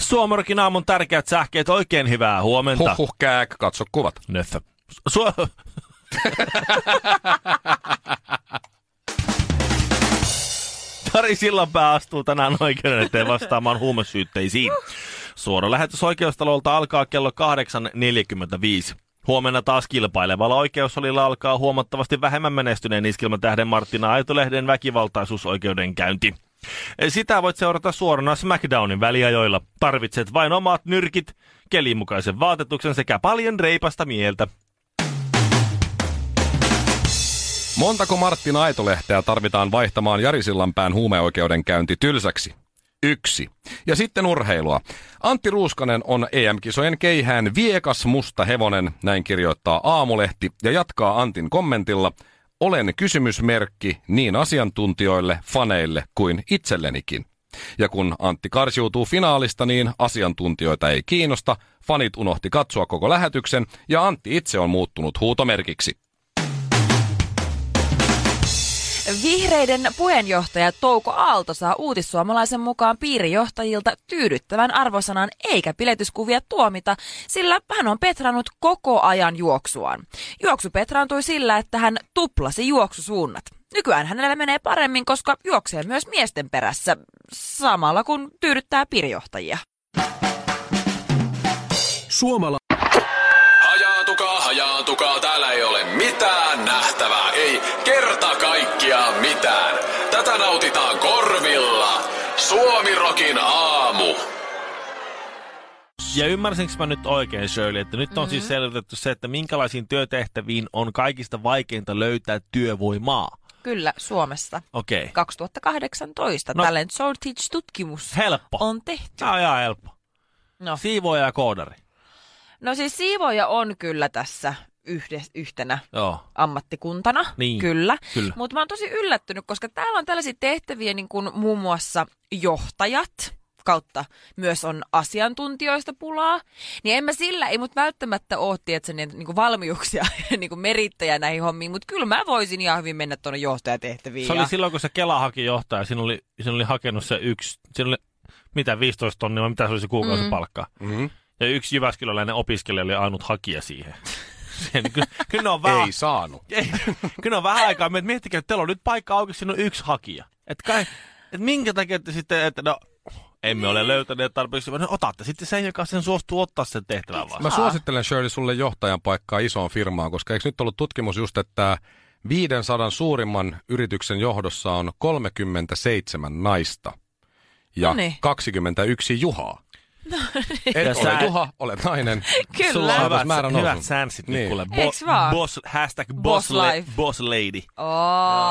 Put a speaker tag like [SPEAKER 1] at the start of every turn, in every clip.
[SPEAKER 1] Suomorkin aamun tärkeät sähkeet, oikein hyvää huomenta.
[SPEAKER 2] Huhhuh, kääk, katso kuvat.
[SPEAKER 1] Nöffö. Su- Jari Sillanpää astuu tänään oikeuden eteen vastaamaan huumesyytteisiin. Suora lähetys oikeustalolta alkaa kello 8.45. Huomenna taas kilpailevalla oikeussalilla alkaa huomattavasti vähemmän menestyneen iskelmätähden Martina Aitolehden väkivaltaisuusoikeudenkäynti. Sitä voit seurata suorana SmackDownin väliajoilla. Tarvitset vain omat nyrkit, kelimukaisen vaatetuksen sekä paljon reipasta mieltä.
[SPEAKER 2] Montako Martin Aitolehteä tarvitaan vaihtamaan Jari Sillanpään huumeoikeudenkäynti tylsäksi? Yksi. Ja sitten urheilua. Antti Ruuskanen on EM-kisojen keihään viekas musta hevonen, näin kirjoittaa Aamulehti, ja jatkaa Antin kommentilla. Olen kysymysmerkki niin asiantuntijoille, faneille kuin itsellenikin. Ja kun Antti karsiutuu finaalista, niin asiantuntijoita ei kiinnosta, fanit unohti katsoa koko lähetyksen ja Antti itse on muuttunut huutomerkiksi.
[SPEAKER 3] Vihreiden puheenjohtaja Touko Aalto saa uutissuomalaisen mukaan piirijohtajilta tyydyttävän arvosanan eikä piletyskuvia tuomita, sillä hän on petrannut koko ajan juoksuaan. Juoksu petraantui sillä, että hän tuplasi juoksusuunnat. Nykyään hänellä menee paremmin, koska juoksee myös miesten perässä, samalla kun tyydyttää piirijohtajia.
[SPEAKER 4] Suomala...
[SPEAKER 5] Hajaantukaa, hajaantukaa, täällä ei ole mitään nähtävää, ei kerta kaikkiaan mitään. Tätä nautitaan korvilla. Suomirokin aamu.
[SPEAKER 1] Ja ymmärsinkö mä nyt oikein Shirley, että nyt on mm-hmm. siis selvitetty se, että minkälaisiin työtehtäviin on kaikista vaikeinta löytää työvoimaa.
[SPEAKER 3] Kyllä, Suomessa.
[SPEAKER 1] Okei. Okay.
[SPEAKER 3] 2018
[SPEAKER 1] No.
[SPEAKER 3] no. Talent Shortage-tutkimus
[SPEAKER 1] Helppo.
[SPEAKER 3] on tehty.
[SPEAKER 1] Tämä on ihan helppo.
[SPEAKER 3] No.
[SPEAKER 1] Siivoja ja koodari.
[SPEAKER 3] No siis siivoja on kyllä tässä yhde, yhtenä
[SPEAKER 1] Joo.
[SPEAKER 3] ammattikuntana,
[SPEAKER 1] Niin,
[SPEAKER 3] kyllä.
[SPEAKER 1] kyllä.
[SPEAKER 3] Mutta mä oon tosi yllättynyt, koska täällä on tällaisia tehtäviä niin kuin muun muassa johtajat kautta myös on asiantuntijoista pulaa, niin en mä sillä, ei mut välttämättä oo, tietsä, niin, niin kuin valmiuksia niin kuin merittäjä näihin hommiin, mutta kyllä mä voisin ihan hyvin mennä tuonne johtajatehtäviin.
[SPEAKER 1] Se
[SPEAKER 3] ja-
[SPEAKER 1] oli silloin, kun se Kela haki johtaja, siinä oli, siinä oli hakenut se yksi, siinä oli, mitä 15 tonnia, vai mitä se oli se kuukausipalkka.
[SPEAKER 3] Mm.
[SPEAKER 2] Mm-hmm.
[SPEAKER 1] Ja yksi Jyväskyläläinen opiskelija oli ainut hakija siihen. Sen, kyllä, kyllä, ne on vähän,
[SPEAKER 2] Ei saanut.
[SPEAKER 1] ei. kyllä ne on vähän aikaa, että miettikää, että teillä on nyt paikka auki, siinä on yksi hakija. Et kai, et minkä takia te sitten, että no, emme ole löytäneet tarpeeksi, vaan no, otatte sitten sen, joka sen suostuu ottaa sen tehtävän
[SPEAKER 2] Mä
[SPEAKER 1] vastaan.
[SPEAKER 2] suosittelen Shirley sulle johtajan paikkaa isoon firmaan, koska eikö nyt ollut tutkimus just, että 500 suurimman yrityksen johdossa on 37 naista ja
[SPEAKER 3] Noniin. No niin.
[SPEAKER 2] 21 juhaa. Et
[SPEAKER 1] Ja
[SPEAKER 2] ole
[SPEAKER 1] sä-
[SPEAKER 2] juha, olet nainen.
[SPEAKER 3] Kyllä.
[SPEAKER 1] Sulla on
[SPEAKER 2] Saatas
[SPEAKER 1] hyvät,
[SPEAKER 2] määrä nousun.
[SPEAKER 1] hyvät sänssit niin. nyt
[SPEAKER 2] Niin.
[SPEAKER 1] kuule.
[SPEAKER 3] Eiks vaan?
[SPEAKER 1] boss, hashtag boss,
[SPEAKER 3] Boss
[SPEAKER 1] la-
[SPEAKER 3] life.
[SPEAKER 1] boss lady.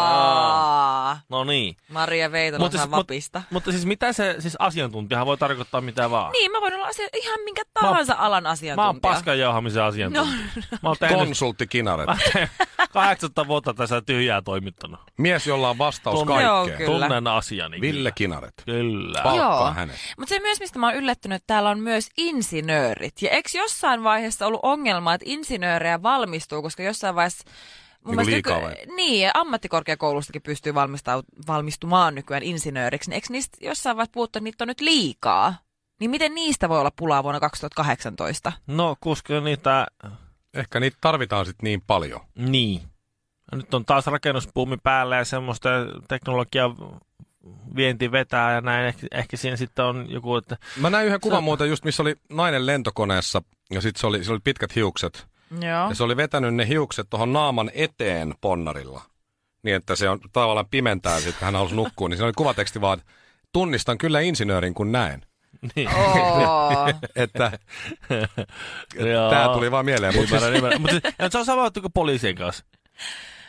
[SPEAKER 3] Aa,
[SPEAKER 1] No niin.
[SPEAKER 3] Maria Veitola
[SPEAKER 1] Mutta
[SPEAKER 3] saa
[SPEAKER 1] siis,
[SPEAKER 3] vapista.
[SPEAKER 1] mutta, mutta siis mitä se, siis asiantuntijahan voi tarkoittaa mitä vaan.
[SPEAKER 3] Niin, mä voin olla asia, ihan minkä
[SPEAKER 1] oon-
[SPEAKER 3] tahansa alan
[SPEAKER 1] Mä
[SPEAKER 3] asiantuntija.
[SPEAKER 1] oon paskanjauhamisen asiantuntija. No. Mä oon tehnyt
[SPEAKER 2] Konsultti Kinaret.
[SPEAKER 1] 80 vuotta tässä tyhjää toimittanut.
[SPEAKER 2] Mies, jolla on vastaus
[SPEAKER 1] Tunne-
[SPEAKER 3] Joo,
[SPEAKER 2] kaikkeen.
[SPEAKER 3] Kyllä.
[SPEAKER 1] Tunnen asiani.
[SPEAKER 2] Ville Kinaret.
[SPEAKER 1] Kyllä. kyllä.
[SPEAKER 2] Pa- palkkaa
[SPEAKER 3] Joo.
[SPEAKER 2] hänet.
[SPEAKER 3] Mutta se myös, mistä mä oon yllättynyt, että täällä on myös insinöörit. Ja eikö jossain vaiheessa ollut ongelma, että insinöörejä valmistuu, koska jossain vaiheessa... Mun
[SPEAKER 2] Niinku
[SPEAKER 3] mielestä
[SPEAKER 2] liikaa
[SPEAKER 3] Niin, ja ammattikorkeakoulustakin pystyy valmistau- valmistumaan nykyään insinööriksi. Niin eikö niistä jossain vaiheessa puhuttu, että niitä on nyt liikaa? Niin miten niistä voi olla pulaa vuonna 2018?
[SPEAKER 1] No, koska niitä...
[SPEAKER 2] Ehkä niitä tarvitaan sitten niin paljon.
[SPEAKER 1] Niin. Nyt on taas rakennuspuumi päällä ja semmoista teknologiaa vienti vetää ja näin. Ehkä, ehkä siinä sitten on joku, että
[SPEAKER 2] Mä näin yhden
[SPEAKER 1] Se-
[SPEAKER 2] kuvan muuten just, missä oli nainen lentokoneessa ja sitten se oli, se oli pitkät hiukset.
[SPEAKER 3] Joo.
[SPEAKER 1] Ah.
[SPEAKER 2] Ja se oli vetänyt ne hiukset tuohon naaman eteen ponnarilla. Niin, että se on tavallaan pimentää sitten, kun hän halusi nukkua. Niin siinä oli kuvateksti vaan, että tunnistan kyllä insinöörin kun näen.
[SPEAKER 1] niin.
[SPEAKER 3] Oo.
[SPEAKER 2] Että
[SPEAKER 1] Joo.
[SPEAKER 2] tämä tuli vaan mieleen. Mutta siis,
[SPEAKER 1] Ymmärrän, ymmärrän. Mutta se on sama juttu kuin poliisien kanssa.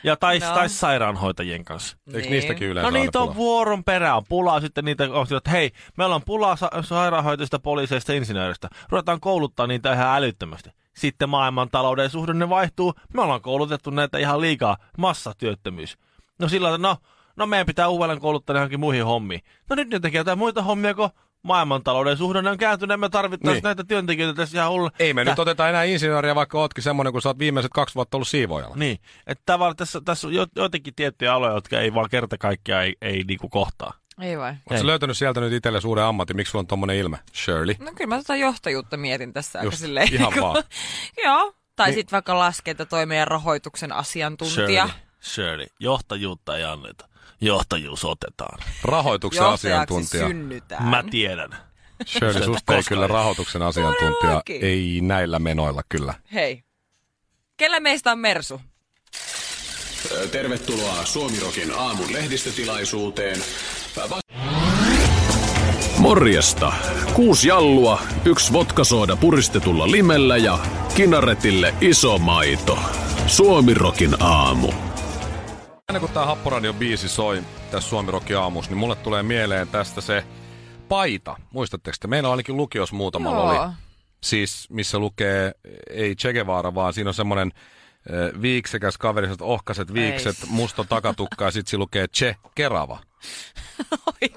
[SPEAKER 1] Ja tais,
[SPEAKER 3] No.
[SPEAKER 1] no. tais sairaanhoitajien kanssa.
[SPEAKER 2] Eikö niistäkin yleensä
[SPEAKER 1] No
[SPEAKER 2] aina
[SPEAKER 1] niitä
[SPEAKER 2] pula?
[SPEAKER 1] on vuoron perään. Pulaa sitten niitä kohti, että hei, meillä on pulaa sa- sairaanhoitajista, poliiseista, insinööristä. Ruvetaan kouluttaa niitä ihan älyttömästi. Sitten maailmantalouden suhdanne vaihtuu. Me ollaan koulutettu näitä ihan liikaa. Massatyöttömyys. No sillä lailla, no, no meidän pitää uudelleen kouluttaa ne johonkin muihin hommiin. No nyt ne tekee jotain muita hommia, kun maailmantalouden suhdanne on kääntynyt. Me tarvittaisiin
[SPEAKER 2] Niin.
[SPEAKER 1] niin. näitä työntekijöitä tässä ihan hullu.
[SPEAKER 2] Ei me
[SPEAKER 1] Tää-
[SPEAKER 2] nyt oteta enää insinööriä, vaikka ootkin semmoinen, kun sä oot viimeiset kaksi vuotta ollut siivoajalla.
[SPEAKER 1] Niin, että tavallaan tässä, tässä on jo- joitakin tiettyjä aloja, jotka ei vaan kerta kaikkiaan ei, ei niinku kohtaa.
[SPEAKER 3] Niin. Ei vai.
[SPEAKER 2] Oletko sä
[SPEAKER 1] Ei.
[SPEAKER 2] löytänyt sieltä nyt itsellesi uuden ammatin? Miksi sulla on tommonen ilme, Shirley?
[SPEAKER 3] No kyllä mä tota johtajuutta mietin tässä aika
[SPEAKER 2] Just,
[SPEAKER 3] silleen.
[SPEAKER 2] ihan
[SPEAKER 3] kun-
[SPEAKER 2] vaan.
[SPEAKER 3] Joo. Tai
[SPEAKER 2] Niin.
[SPEAKER 3] sitten vaikka laskentatoimen ja rahoituksen asiantuntija.
[SPEAKER 1] Shirley, Shirley, johtajuutta ei anneta. Johtajuus otetaan.
[SPEAKER 2] Rahoituksen
[SPEAKER 3] Johtajaksi
[SPEAKER 2] asiantuntija.
[SPEAKER 3] synnytään.
[SPEAKER 1] Mä tiedän.
[SPEAKER 2] Shirley, susta ei
[SPEAKER 1] Koska
[SPEAKER 2] kyllä
[SPEAKER 1] ei.
[SPEAKER 2] rahoituksen asiantuntija.
[SPEAKER 3] Todellakin.
[SPEAKER 2] Ei näillä menoilla kyllä.
[SPEAKER 3] Hei. Kellä meistä on Mersu?
[SPEAKER 5] Ö, Tervetuloa Suomirokin aamun lehdistötilaisuuteen. Ö, va- Morjesta. Kuusi jallua, yksi vodkasooda puristetulla limellä ja kinaretille iso maito. Suomirokin aamu.
[SPEAKER 2] Aina kun tämä Happoradio biisi soi tässä Suomi Rock aamussa, niin mulle tulee mieleen tästä se paita. Muistatteko te? Meillä ainakin lukios muutamalla
[SPEAKER 3] Joo.
[SPEAKER 2] oli. Siis missä lukee ei Che Guevara, vaan siinä on semmoinen eh, viiksekäs kaveri, sellaiset ohkaset viikset,
[SPEAKER 3] Ei.
[SPEAKER 2] musta takatukka ja sitten siinä lukee Che Kerava.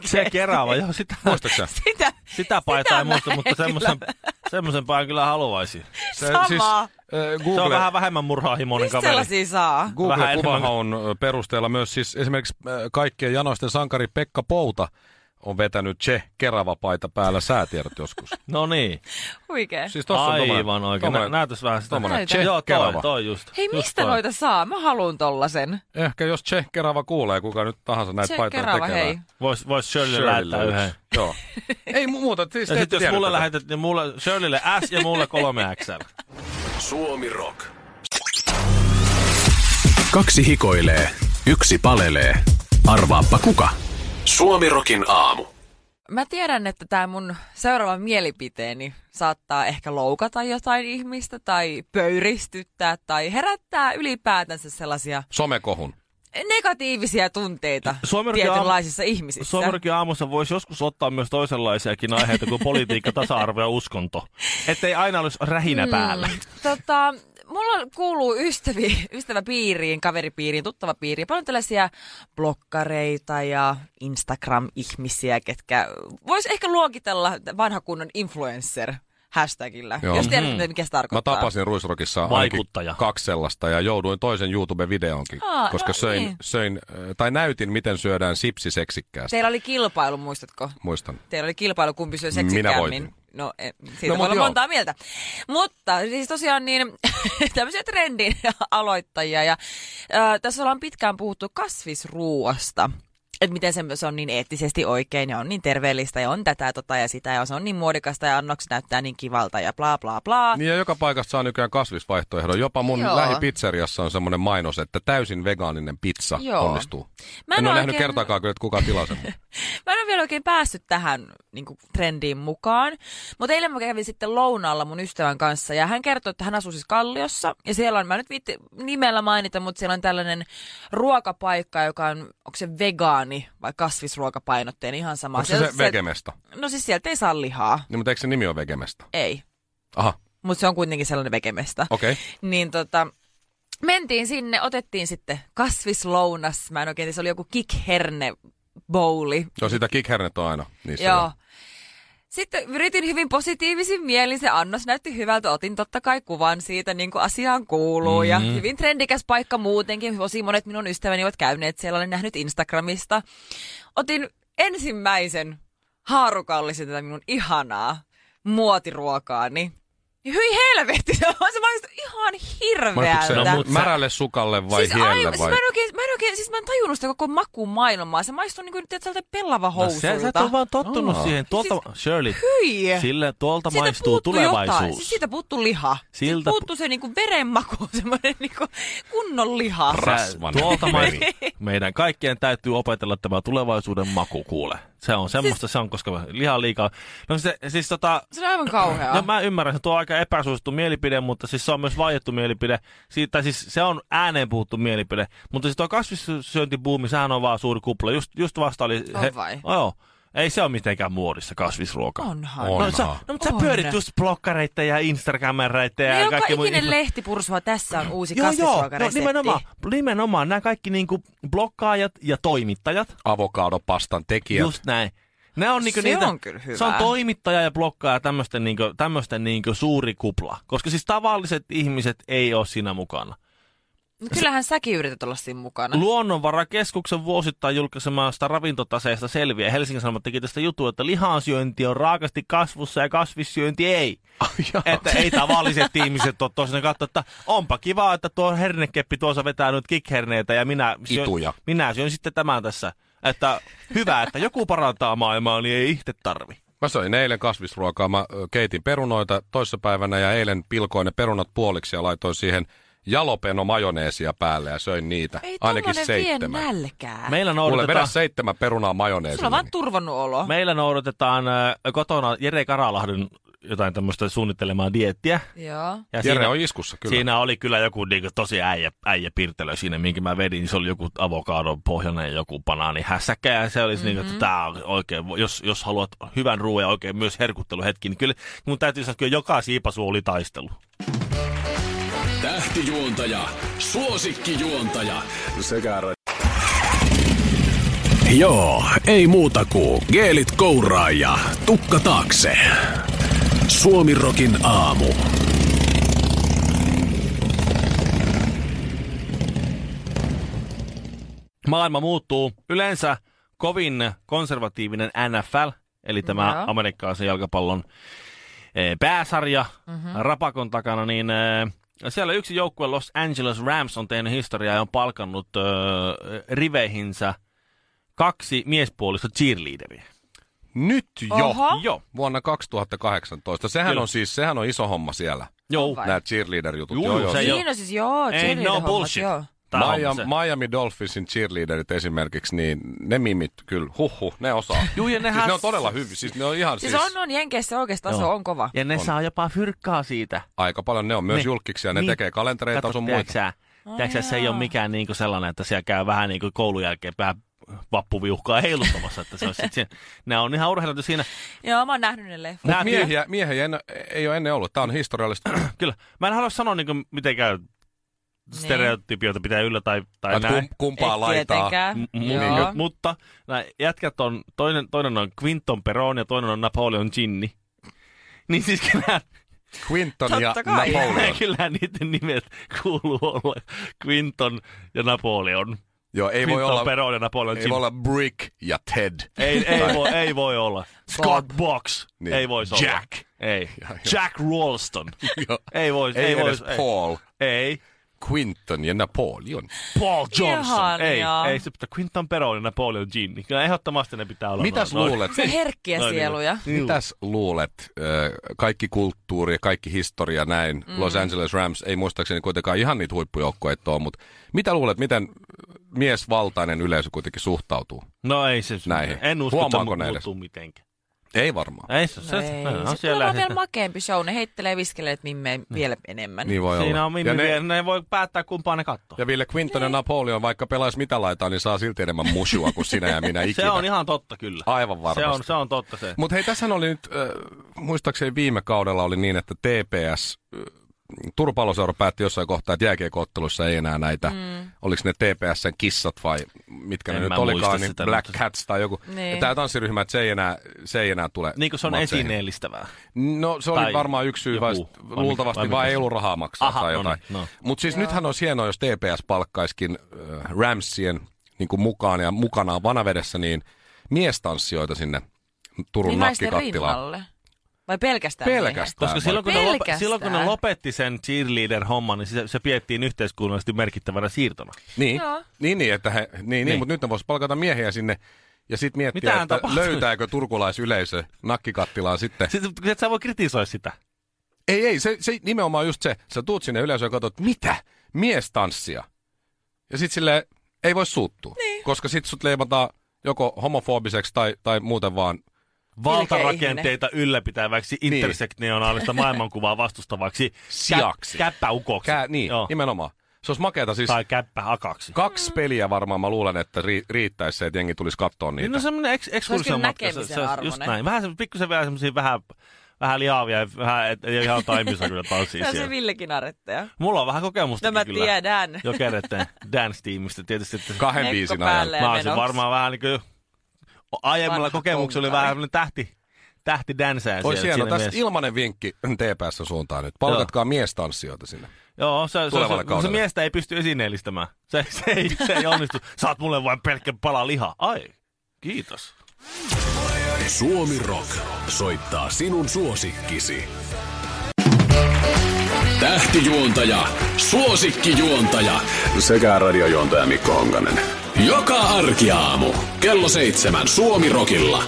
[SPEAKER 1] Se kerava, joo, sitä,
[SPEAKER 2] Muistatko sä?
[SPEAKER 3] Sitä,
[SPEAKER 1] sitä paitaa ei
[SPEAKER 3] mä
[SPEAKER 1] muista, mutta
[SPEAKER 3] en
[SPEAKER 1] semmoisen,
[SPEAKER 3] kyllä-
[SPEAKER 1] semmoisen paidan kyllä haluaisin.
[SPEAKER 2] Se, siis
[SPEAKER 3] Samaa.
[SPEAKER 2] eh,
[SPEAKER 1] Se on
[SPEAKER 2] Google,
[SPEAKER 1] vähän vähemmän murhaahimoinen
[SPEAKER 3] Mistä
[SPEAKER 1] kaveri.
[SPEAKER 3] sellaisia saa?
[SPEAKER 1] vähän
[SPEAKER 2] Google
[SPEAKER 1] enemmän-
[SPEAKER 2] kuvahaun perusteella myös siis esimerkiksi eh, kaikkien janoisten sankari Pekka Pouta on vetänyt Che Kerava-paita päällä säätiedot joskus.
[SPEAKER 1] No niin,
[SPEAKER 3] Huikee.
[SPEAKER 2] Siis tossa on tommonen-
[SPEAKER 1] aivan oikein. Nä,
[SPEAKER 2] tommonen-
[SPEAKER 1] näytäs vähän sitä.
[SPEAKER 2] tommonen
[SPEAKER 3] Näytä.
[SPEAKER 1] Joo,
[SPEAKER 2] kerava.
[SPEAKER 1] toi, toi just.
[SPEAKER 3] Hei,
[SPEAKER 1] just
[SPEAKER 3] mistä
[SPEAKER 1] toi.
[SPEAKER 3] noita saa? Mä haluun tollasen.
[SPEAKER 2] Ehkä jos Che Kerava kuulee, kuka nyt tahansa näitä
[SPEAKER 3] Se
[SPEAKER 2] paitoja
[SPEAKER 3] kerava,
[SPEAKER 2] tekee.
[SPEAKER 3] hei.
[SPEAKER 1] Vois, vois Shirley
[SPEAKER 2] Shirleylle
[SPEAKER 1] lähettää
[SPEAKER 2] yksi.
[SPEAKER 1] yhden.
[SPEAKER 2] Joo. Ei mu- muuta, siis
[SPEAKER 1] Ja
[SPEAKER 2] te
[SPEAKER 1] sit
[SPEAKER 2] ette
[SPEAKER 1] jos
[SPEAKER 2] tiennyt
[SPEAKER 1] mulle
[SPEAKER 2] tätä.
[SPEAKER 1] lähetät, niin mulle Shirleylle S ja mulle 3 XL.
[SPEAKER 5] Suomi Rock. Kaksi hikoilee, yksi palelee. Arvaappa kuka? Suomirokin aamu.
[SPEAKER 3] Mä tiedän, että tämä mun seuraava mielipiteeni saattaa ehkä loukata jotain ihmistä tai pöyristyttää tai herättää ylipäätänsä sellaisia
[SPEAKER 2] Somekohun.
[SPEAKER 3] negatiivisia tunteita
[SPEAKER 1] Suomen radion aamu-
[SPEAKER 3] tietynlaisissa ihmisissä.
[SPEAKER 1] Suomenkin aamussa voisi joskus ottaa myös toisenlaisiakin aiheita kuin politiikka, tasa-arvo ja uskonto. Ettei aina olisi
[SPEAKER 3] Mm.
[SPEAKER 1] rähinä päällä.
[SPEAKER 3] Tota, mulla kuuluu ystävi, ystäväpiiriin, kaveripiiriin, tuttavapiiriin paljon tällaisia blokkareita ja Instagram-ihmisiä, ketkä vois ehkä luokitella vanha kunnon influencer hashtagillä,
[SPEAKER 2] Joo.
[SPEAKER 3] Joo. jos tiedät, mm. mikä se
[SPEAKER 2] Mä
[SPEAKER 3] tarkoittaa.
[SPEAKER 2] tapasin Ruisrokissa ainakin
[SPEAKER 1] Vaikuttaja.
[SPEAKER 2] kaksi sellaista ja jouduin toisen YouTube-videonkin,
[SPEAKER 3] Aa,
[SPEAKER 2] koska
[SPEAKER 3] no
[SPEAKER 2] söin,
[SPEAKER 3] niin.
[SPEAKER 2] söin, äh, tai näytin, miten syödään sipsi seksikkäästi.
[SPEAKER 3] Teillä oli kilpailu, muistatko?
[SPEAKER 2] Muistan.
[SPEAKER 3] Teillä oli kilpailu, kumpi syö
[SPEAKER 2] Minä
[SPEAKER 3] seksikämmin.
[SPEAKER 2] voitin.
[SPEAKER 3] No, e,
[SPEAKER 2] No,
[SPEAKER 3] siitä no,
[SPEAKER 2] mut
[SPEAKER 3] voi olla
[SPEAKER 2] joo.
[SPEAKER 3] montaa mieltä. Mutta siis tosiaan niin, tämmöisiä trendin aloittajia. Ja, ö, tässä ollaan pitkään puhuttu kasvisruuasta. Että miten se, se on niin eettisesti oikein ja on niin terveellistä ja on tätä ja tota ja sitä ja se on niin muodikasta ja annoksi näyttää niin kivalta ja bla bla bla.
[SPEAKER 2] Niin ja joka paikasta saa nykyään kasvisvaihtoehdon. Jopa mun
[SPEAKER 3] Joo.
[SPEAKER 2] Joo. lähipizzeriassa on semmoinen mainos, että täysin vegaaninen pizza
[SPEAKER 3] Joo.
[SPEAKER 2] Joo. onnistuu. Mä
[SPEAKER 3] Mä
[SPEAKER 2] en,
[SPEAKER 3] en
[SPEAKER 2] en ole
[SPEAKER 3] oikein-
[SPEAKER 2] nähnyt kertaakaan kyllä, että kuka tilaa sen.
[SPEAKER 3] Mä en ole vielä oikein päässyt tähän niin kuin, trendiin mukaan, mutta eilen mä kävin sitten lounaalla mun ystävän kanssa ja hän kertoi, että hän asuu siis Kalliossa ja siellä on, mä en nyt viitti nimellä mainita, mutta siellä on tällainen ruokapaikka, joka on, onko se vegaani vai kasvisruokapainotteinen, ihan sama.
[SPEAKER 2] Onko se,
[SPEAKER 3] Siellä-
[SPEAKER 2] se vegemesta?
[SPEAKER 3] No siis sieltä ei saa lihaa,
[SPEAKER 2] Niin, mutta eikö se nimi ole vegemesta?
[SPEAKER 3] ei,
[SPEAKER 2] Aha, no
[SPEAKER 3] mutta se on kuitenkin sellainen vegemestä
[SPEAKER 2] okei.
[SPEAKER 3] niin tota, mentiin sinne, otettiin sitten kasvislounas. Mä en oikein, tiedä, se oli joku kikherne bowli.
[SPEAKER 2] Joo, sitä kikhernet on aina. Niissä
[SPEAKER 3] Niin. Joo. Sitten yritin hyvin positiivisin mielin, se annos näytti hyvältä, otin totta kai kuvan siitä, niin kuin asiaan kuuluu. Mm-hmm. Ja hyvin trendikäs paikka muutenkin, tosi monet minun ystäväni ovat käyneet siellä, olen nähnyt Instagramista. Otin ensimmäisen haarukallisen tätä minun ihanaa muotiruokaani. Ja Hyi helvetti, se on se maistui ihan
[SPEAKER 2] Maistuiko se
[SPEAKER 3] hirveältä.
[SPEAKER 1] No mut sä-
[SPEAKER 2] märälle sukalle vai
[SPEAKER 3] siis
[SPEAKER 2] hielle
[SPEAKER 3] aivan- siis
[SPEAKER 2] vai?
[SPEAKER 3] mä en oikein, mä en oikein, siis mä en tajunnut sitä koko makumaailmaa. Se maistuu niin kuin tältä pellava housulta.
[SPEAKER 1] sä, sä et ole vaan tottunut
[SPEAKER 2] Aa.
[SPEAKER 1] siihen. Tuolta, Shirley,
[SPEAKER 3] Hyi!
[SPEAKER 1] sille tuolta
[SPEAKER 3] Siis- Siitä
[SPEAKER 1] maistuu
[SPEAKER 3] puuttuu
[SPEAKER 1] tulevaisuus.
[SPEAKER 3] Jotain. Siis siitä puuttuu liha. Siltä
[SPEAKER 1] Siltä
[SPEAKER 3] siitä puuttuu se niinku verenmaku, semmoinen niinku kunnon liha.
[SPEAKER 2] Ra- Rasvanen
[SPEAKER 1] tuolta
[SPEAKER 2] meri.
[SPEAKER 1] maistuu. Meidän kaikkien täytyy opetella tämä tulevaisuuden maku, kuule. Se on semmoista, se on, koska liha on liikaa. No se, siis tota,
[SPEAKER 3] Se on aivan kauheaa.
[SPEAKER 1] No mä ymmärrän, se tuo aika ehkä epäsuosittu mielipide, mutta siis se on myös vaiettu mielipide. Siitä, siis se on ääneen puhuttu mielipide. Mutta siis tuo kasvissyöntibuumi, sehän on vaan suuri kupla. Just, just vasta oli...
[SPEAKER 3] On vai?
[SPEAKER 1] Oh, joo. Ei se ole mitenkään muodissa kasvisruoka.
[SPEAKER 3] Onhan.
[SPEAKER 2] On.
[SPEAKER 1] No, sä,
[SPEAKER 2] Onhan.
[SPEAKER 1] no mutta sä
[SPEAKER 3] On.
[SPEAKER 1] pyörit just blokkareita ja instagramereita ja
[SPEAKER 3] No, joka
[SPEAKER 1] kaikki mun-
[SPEAKER 3] ikinen lehti pursua tässä on uusi kasvisruokaresepti.
[SPEAKER 1] No, nimenomaan, nimenomaan. Nämä kaikki niinku blokkaajat ja toimittajat,
[SPEAKER 2] Avokadopastan tekijät.
[SPEAKER 1] just näin. Ne on niinku
[SPEAKER 3] Se
[SPEAKER 1] niitä,
[SPEAKER 3] on kyllä hyvä.
[SPEAKER 1] Se on toimittaja ja blokkaaja tämmöisten niinku, tämmösten niinku suuri kupla. Koska siis tavalliset ihmiset ei ole siinä mukana.
[SPEAKER 3] No Kyllähän säkin yrität olla siinä mukana.
[SPEAKER 1] Luonnonvarakeskuksen vuosittain julkaisemasta ravintotaseesta selviää. Helsingin Sanomat teki tästä juttua, että lihansyönti on raakasti kasvussa ja kasvissyönti ei. että ei tavalliset ihmiset ole tosiaan katsoa, että onpa kiva, että tuo hernekeppi tuossa vetää nyt kikherneitä ja minä, syön,
[SPEAKER 2] Ituja.
[SPEAKER 1] minä syön sitten tämän tässä. Että hyvä, että joku parantaa maailmaa, niin ei itse tarvi.
[SPEAKER 2] Mä söin eilen kasvisruokaa, mä ö, keitin perunoita toissapäivänä ja eilen pilkoin ne perunat puoliksi ja laitoin siihen jalopeno majoneesia päälle ja söin niitä.
[SPEAKER 3] Ei
[SPEAKER 2] Ainakin
[SPEAKER 3] tommonen vie
[SPEAKER 2] seitsemän.
[SPEAKER 3] nälkää.
[SPEAKER 1] Meillä
[SPEAKER 2] Kuule, vedä
[SPEAKER 1] noudatetaan,
[SPEAKER 2] seitsemän perunaa majoneesia.
[SPEAKER 3] Sulla on vaan turvonnut olo.
[SPEAKER 1] meillä noudatetaan äh, kotona Jere Karalahden jotain tämmöistä suunnittelemaa diettiä.
[SPEAKER 3] Joo.
[SPEAKER 1] Ja
[SPEAKER 2] Jere on iskussa, kyllä.
[SPEAKER 1] Siinä oli kyllä joku niin tosi äijä, äijä pirtelö siinä, minkä mä vedin. niin Se oli joku avokadon pohjainen joku banaani hässäkä. Ja se oli mm-hmm. niin, että tää on oikein, jos, jos haluat hyvän ruoan ja oikein myös herkutteluhetki, niin kyllä mun täytyy sanoa, että kyllä joka siipasu oli taistelu.
[SPEAKER 5] Tähtijuontaja, suosikkijuontaja sekä... Joo, ei muuta kuin geelit kouraa ja tukka taakse. Suomirokin aamu.
[SPEAKER 1] Maailma muuttuu. Yleensä kovin konservatiivinen NFL, eli tämä
[SPEAKER 3] Joo.
[SPEAKER 1] amerikkalaisen jalkapallon eh, pääsarja
[SPEAKER 3] Mhm.
[SPEAKER 1] mm-hmm. Rapakon takana, niin eh, siellä yksi joukkue Los Angeles Rams on tehnyt historiaa ja on palkannut ö, riveihinsä kaksi miespuolista cheerleaderiä.
[SPEAKER 2] Nyt jo.
[SPEAKER 3] Oho.
[SPEAKER 1] Joo.
[SPEAKER 2] Vuonna 2018. Sehän
[SPEAKER 1] Kyllä.
[SPEAKER 2] on siis, sehän on iso homma siellä.
[SPEAKER 1] Joo.
[SPEAKER 3] Vai?
[SPEAKER 2] Nämä cheerleader-jutut.
[SPEAKER 1] Juu, se ei oo-
[SPEAKER 3] Niin, no siis joo,
[SPEAKER 1] Ei, no
[SPEAKER 3] cheerleader-hommat,
[SPEAKER 1] bullshit.
[SPEAKER 3] Joo.
[SPEAKER 1] Tää on se.
[SPEAKER 2] Miami, Miami Dolphinsin cheerleaderit esimerkiksi, niin ne mimit kyllä, huhhuh, ne osaa.
[SPEAKER 1] Juu, ja nehän-
[SPEAKER 2] siis ne on todella hyviä, siis ne on ihan siis,
[SPEAKER 3] Siis on, on Jenkeissä oikeastaan taso
[SPEAKER 1] Joo.
[SPEAKER 3] on kova.
[SPEAKER 1] Ja ne on. saa jopa fyrkkaa siitä.
[SPEAKER 2] aika paljon, ne on myös
[SPEAKER 1] Ne-
[SPEAKER 2] julkiksi ja ne
[SPEAKER 1] niin.
[SPEAKER 2] tekee kalentereita sun muita.
[SPEAKER 1] tiedäksä, tiedäksä, se ei ole mikään niinku sellainen, että siellä käy vähän niinku koulun jälkeen vähän vappuviuhkaa heiluttamassa, että se on sit se, nämä on ihan urheilijoita siinä.
[SPEAKER 3] Joo, mä oon nähnyt ne leffat.
[SPEAKER 1] Nää
[SPEAKER 2] Mutta miehiä, miehiä en, ei ole ennen ollut, tämä on historiallista.
[SPEAKER 1] Kyllä. Mä en halua sanoa niinku mitenkään stereotypioita pitää yllä tai, tai
[SPEAKER 2] Että
[SPEAKER 1] näin.
[SPEAKER 2] kum, kumpaa
[SPEAKER 3] Et
[SPEAKER 2] laitaa.
[SPEAKER 3] tietenkään.
[SPEAKER 1] M- mu-
[SPEAKER 3] Joo.
[SPEAKER 1] mutta nämä jätkät on, toinen, toinen on Quinton Peron ja toinen on Napoleon Ginni. Niin siis kyllä,
[SPEAKER 2] Quinton ja
[SPEAKER 3] Totta kai.
[SPEAKER 2] Napoleon.
[SPEAKER 1] kyllä niiden nimet kuuluu olla Quinton ja Napoleon.
[SPEAKER 2] Joo, ei voi
[SPEAKER 1] Quinton
[SPEAKER 2] olla,
[SPEAKER 1] Peron ja Napoleon
[SPEAKER 2] ei
[SPEAKER 1] Ginni.
[SPEAKER 2] voi olla Brick ja Ted.
[SPEAKER 1] Ei, ei, voi, ei voi olla. Scott Box.
[SPEAKER 2] Niin.
[SPEAKER 1] Niin. Ei voisi olla.
[SPEAKER 2] Jack.
[SPEAKER 1] Ei.
[SPEAKER 2] joo.
[SPEAKER 1] Jack Ralston.
[SPEAKER 2] Joo.
[SPEAKER 1] ei voisi.
[SPEAKER 2] Ei,
[SPEAKER 1] Ei,
[SPEAKER 2] ei edes
[SPEAKER 1] voisi.
[SPEAKER 2] voi, Paul.
[SPEAKER 1] Ei. ei.
[SPEAKER 2] Quinton ja Napoleon.
[SPEAKER 1] Paul Johnson.
[SPEAKER 3] Ihania.
[SPEAKER 1] Ei. Ei se pitää Quintan Peron ja Napoleon Ginni. Kyllä ehdottomasti ne pitää olla.
[SPEAKER 2] Mitäs
[SPEAKER 1] noin-
[SPEAKER 2] luulet? Niin.
[SPEAKER 3] Se herkkiä
[SPEAKER 1] noin niinku-
[SPEAKER 3] sieluja.
[SPEAKER 1] Juu.
[SPEAKER 2] Mitäs luulet? ö, Kaikki kulttuuri ja kaikki historia näin. Mm. Los Angeles Rams ei muistaakseni kuitenkaan ihan niitä huippujoukkoja ole, mutta mitä luulet, miten miesvaltainen yleisö kuitenkin suhtautuu?
[SPEAKER 1] No ei se.
[SPEAKER 2] Näihin.
[SPEAKER 1] En usko, että
[SPEAKER 2] Huomaako
[SPEAKER 1] mu-
[SPEAKER 2] ne edes?
[SPEAKER 1] muuttuu mitenkään.
[SPEAKER 2] Ei varmaan.
[SPEAKER 1] Ei se.
[SPEAKER 3] No
[SPEAKER 1] se,
[SPEAKER 3] ei,
[SPEAKER 1] ne on
[SPEAKER 3] se tulee
[SPEAKER 1] siellä
[SPEAKER 3] vaan
[SPEAKER 1] sitten.
[SPEAKER 3] vielä makeampi show. Ne heittelee viskeleet mimmeen vielä enemmän.
[SPEAKER 2] Niin voi
[SPEAKER 1] Siinä
[SPEAKER 2] olla.
[SPEAKER 1] on mimmi.
[SPEAKER 2] ja,
[SPEAKER 1] Ne... ne voi päättää kumpaan ne katsoo.
[SPEAKER 2] ja Ville Quinton ja Napoleon, vaikka pelaisi mitä laitaa, niin saa silti enemmän musua kuin sinä ja minä ikinä.
[SPEAKER 1] Se on ihan totta kyllä.
[SPEAKER 2] Aivan varmasti.
[SPEAKER 1] Se on, se on totta se.
[SPEAKER 2] Mutta hei, tässähän oli nyt, äh, muistaakseni viime kaudella oli niin, että TPS, äh, Turpaloseura päätti jossain kohtaa, että jääkiekoottelussa ei enää näitä, mm. oliko ne TPSn kissat vai mitkä
[SPEAKER 1] En
[SPEAKER 2] ne nyt
[SPEAKER 1] mä muista
[SPEAKER 2] olikaan, niin
[SPEAKER 1] sitä,
[SPEAKER 2] Black
[SPEAKER 1] mutta-
[SPEAKER 2] Cats tai joku.
[SPEAKER 3] Niin.
[SPEAKER 2] Ja tämä tanssiryhmä, että se ei enää, se ei enää tule
[SPEAKER 1] Niin kuin se on
[SPEAKER 2] matseihin.
[SPEAKER 1] esineellistävää.
[SPEAKER 2] No se oli
[SPEAKER 1] Tai
[SPEAKER 2] varmaan yksi syy,
[SPEAKER 1] joku,
[SPEAKER 2] vai
[SPEAKER 1] vai
[SPEAKER 2] luultavasti
[SPEAKER 1] mikä- vai
[SPEAKER 2] vaan
[SPEAKER 1] mikä
[SPEAKER 2] ei
[SPEAKER 1] se-
[SPEAKER 2] ollut rahaa maksaa
[SPEAKER 1] Aha,
[SPEAKER 2] tai
[SPEAKER 1] no
[SPEAKER 2] jotain.
[SPEAKER 1] niin, no.
[SPEAKER 2] Mutta siis nythän olisi hienoa, jos TPS palkkaiskin äh, Ramsien niin kuin mukaan ja mukanaan vanavedessä, niin miestanssijoita sinne Turun
[SPEAKER 3] Niin naisten
[SPEAKER 2] nakkikattilaan.
[SPEAKER 3] rinnalle. Vai pelkästään miehet?
[SPEAKER 2] Pelkästään.
[SPEAKER 1] Koska
[SPEAKER 2] vai?
[SPEAKER 1] silloin kun, ne lop-
[SPEAKER 3] Pelkästään.
[SPEAKER 1] silloin kun ne lopetti sen cheerleader-homman, niin se, se piettiin yhteiskunnallisesti merkittävänä siirtona.
[SPEAKER 2] Niin,
[SPEAKER 3] Joo.
[SPEAKER 2] niin, niin, että he, niin, niin. niin
[SPEAKER 1] Niin.
[SPEAKER 2] mutta nyt ne vois palkata miehiä sinne ja sitten miettiä,
[SPEAKER 1] Mitähän
[SPEAKER 2] että
[SPEAKER 1] tapahtuu?
[SPEAKER 2] löytääkö turkulaisyleisö nakkikattilaan sitten.
[SPEAKER 1] Sitten Siis, et sä voi kritisoida sitä.
[SPEAKER 2] Ei, ei, se, se nimenomaan just se, sä tuut sinne yleisöön ja katsot, mitä? Miestanssia. Ja sit silleen ei voi suuttua, niin. koska sit sut leimataan joko homofobiseksi tai, tai muuten vaan
[SPEAKER 1] valtarakenteita ylläpitäväksi, intersektionaalista maailmankuvaa vastustavaksi
[SPEAKER 2] Siaksi.
[SPEAKER 1] kä- käppäukoksi.
[SPEAKER 2] Kää, niin,
[SPEAKER 1] Joo.
[SPEAKER 2] Joo. nimenomaan. Se olisi makeata siis.
[SPEAKER 1] Tai käppähakaksi.
[SPEAKER 2] Kaksi peliä varmaan mä luulen, että ri- riittäisi se, että jengi tulisi katsoa niitä.
[SPEAKER 1] No semmoinen eks- ekskursion
[SPEAKER 3] kyllä
[SPEAKER 1] matka.
[SPEAKER 3] näkemisen
[SPEAKER 1] just
[SPEAKER 3] arvoinen.
[SPEAKER 1] näin. Vähän se, pikkusen vielä semmoisia vähän, vähän liaavia ja vähän, et, ei ole ihan taimissa kyllä tanssia
[SPEAKER 3] No Se on se
[SPEAKER 1] siellä.
[SPEAKER 3] Villekin aretteja.
[SPEAKER 1] Mulla on vähän kokemusta
[SPEAKER 3] No mä
[SPEAKER 1] kyllä.
[SPEAKER 3] tiedän.
[SPEAKER 1] Jokereiden dance-tiimistä tietysti. Että
[SPEAKER 2] Kahden
[SPEAKER 3] Mekko
[SPEAKER 2] biisin ajan.
[SPEAKER 3] päälle.
[SPEAKER 1] mä olisin
[SPEAKER 3] menoksi.
[SPEAKER 1] varmaan vähän niin kuin, aiemmalla
[SPEAKER 3] Vanha
[SPEAKER 1] kokemuksella oli
[SPEAKER 3] konkari.
[SPEAKER 1] vähän semmoinen tähti, tähti dänsää
[SPEAKER 2] Olisi
[SPEAKER 1] siellä.
[SPEAKER 2] hieno.
[SPEAKER 1] siinä
[SPEAKER 2] Tästä
[SPEAKER 1] mielessä.
[SPEAKER 2] ilmanen vinkki TPS suuntaan nyt. Palkatkaa miestanssijoita sinne.
[SPEAKER 1] Joo, se, se,
[SPEAKER 2] Tulevalle
[SPEAKER 1] se, se,
[SPEAKER 2] kaudelle.
[SPEAKER 1] miestä ei pysty esineellistämään. Se, se, ei, se ei onnistu. Saat mulle vain pelkkä pala lihaa. Ai, kiitos.
[SPEAKER 5] Suomi Rock soittaa sinun suosikkisi. Tähtijuontaja, suosikkijuontaja sekä radiojuontaja Mikko Honkanen. Joka arkiaamu kello seitsemän Suomi Rockilla.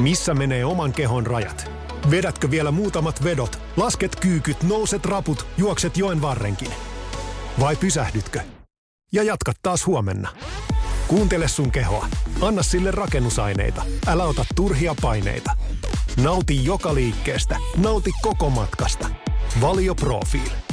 [SPEAKER 6] Missä menee oman kehon rajat? Vedätkö vielä muutamat vedot? Lasket kyykyt, nouset raput, juokset joen varrenkin. Vai pysähdytkö? Ja jatka taas huomenna. Kuuntele sun kehoa. Anna sille rakennusaineita. Älä ota turhia paineita. Nauti joka liikkeestä. Nauti koko matkasta. Valio Profiil.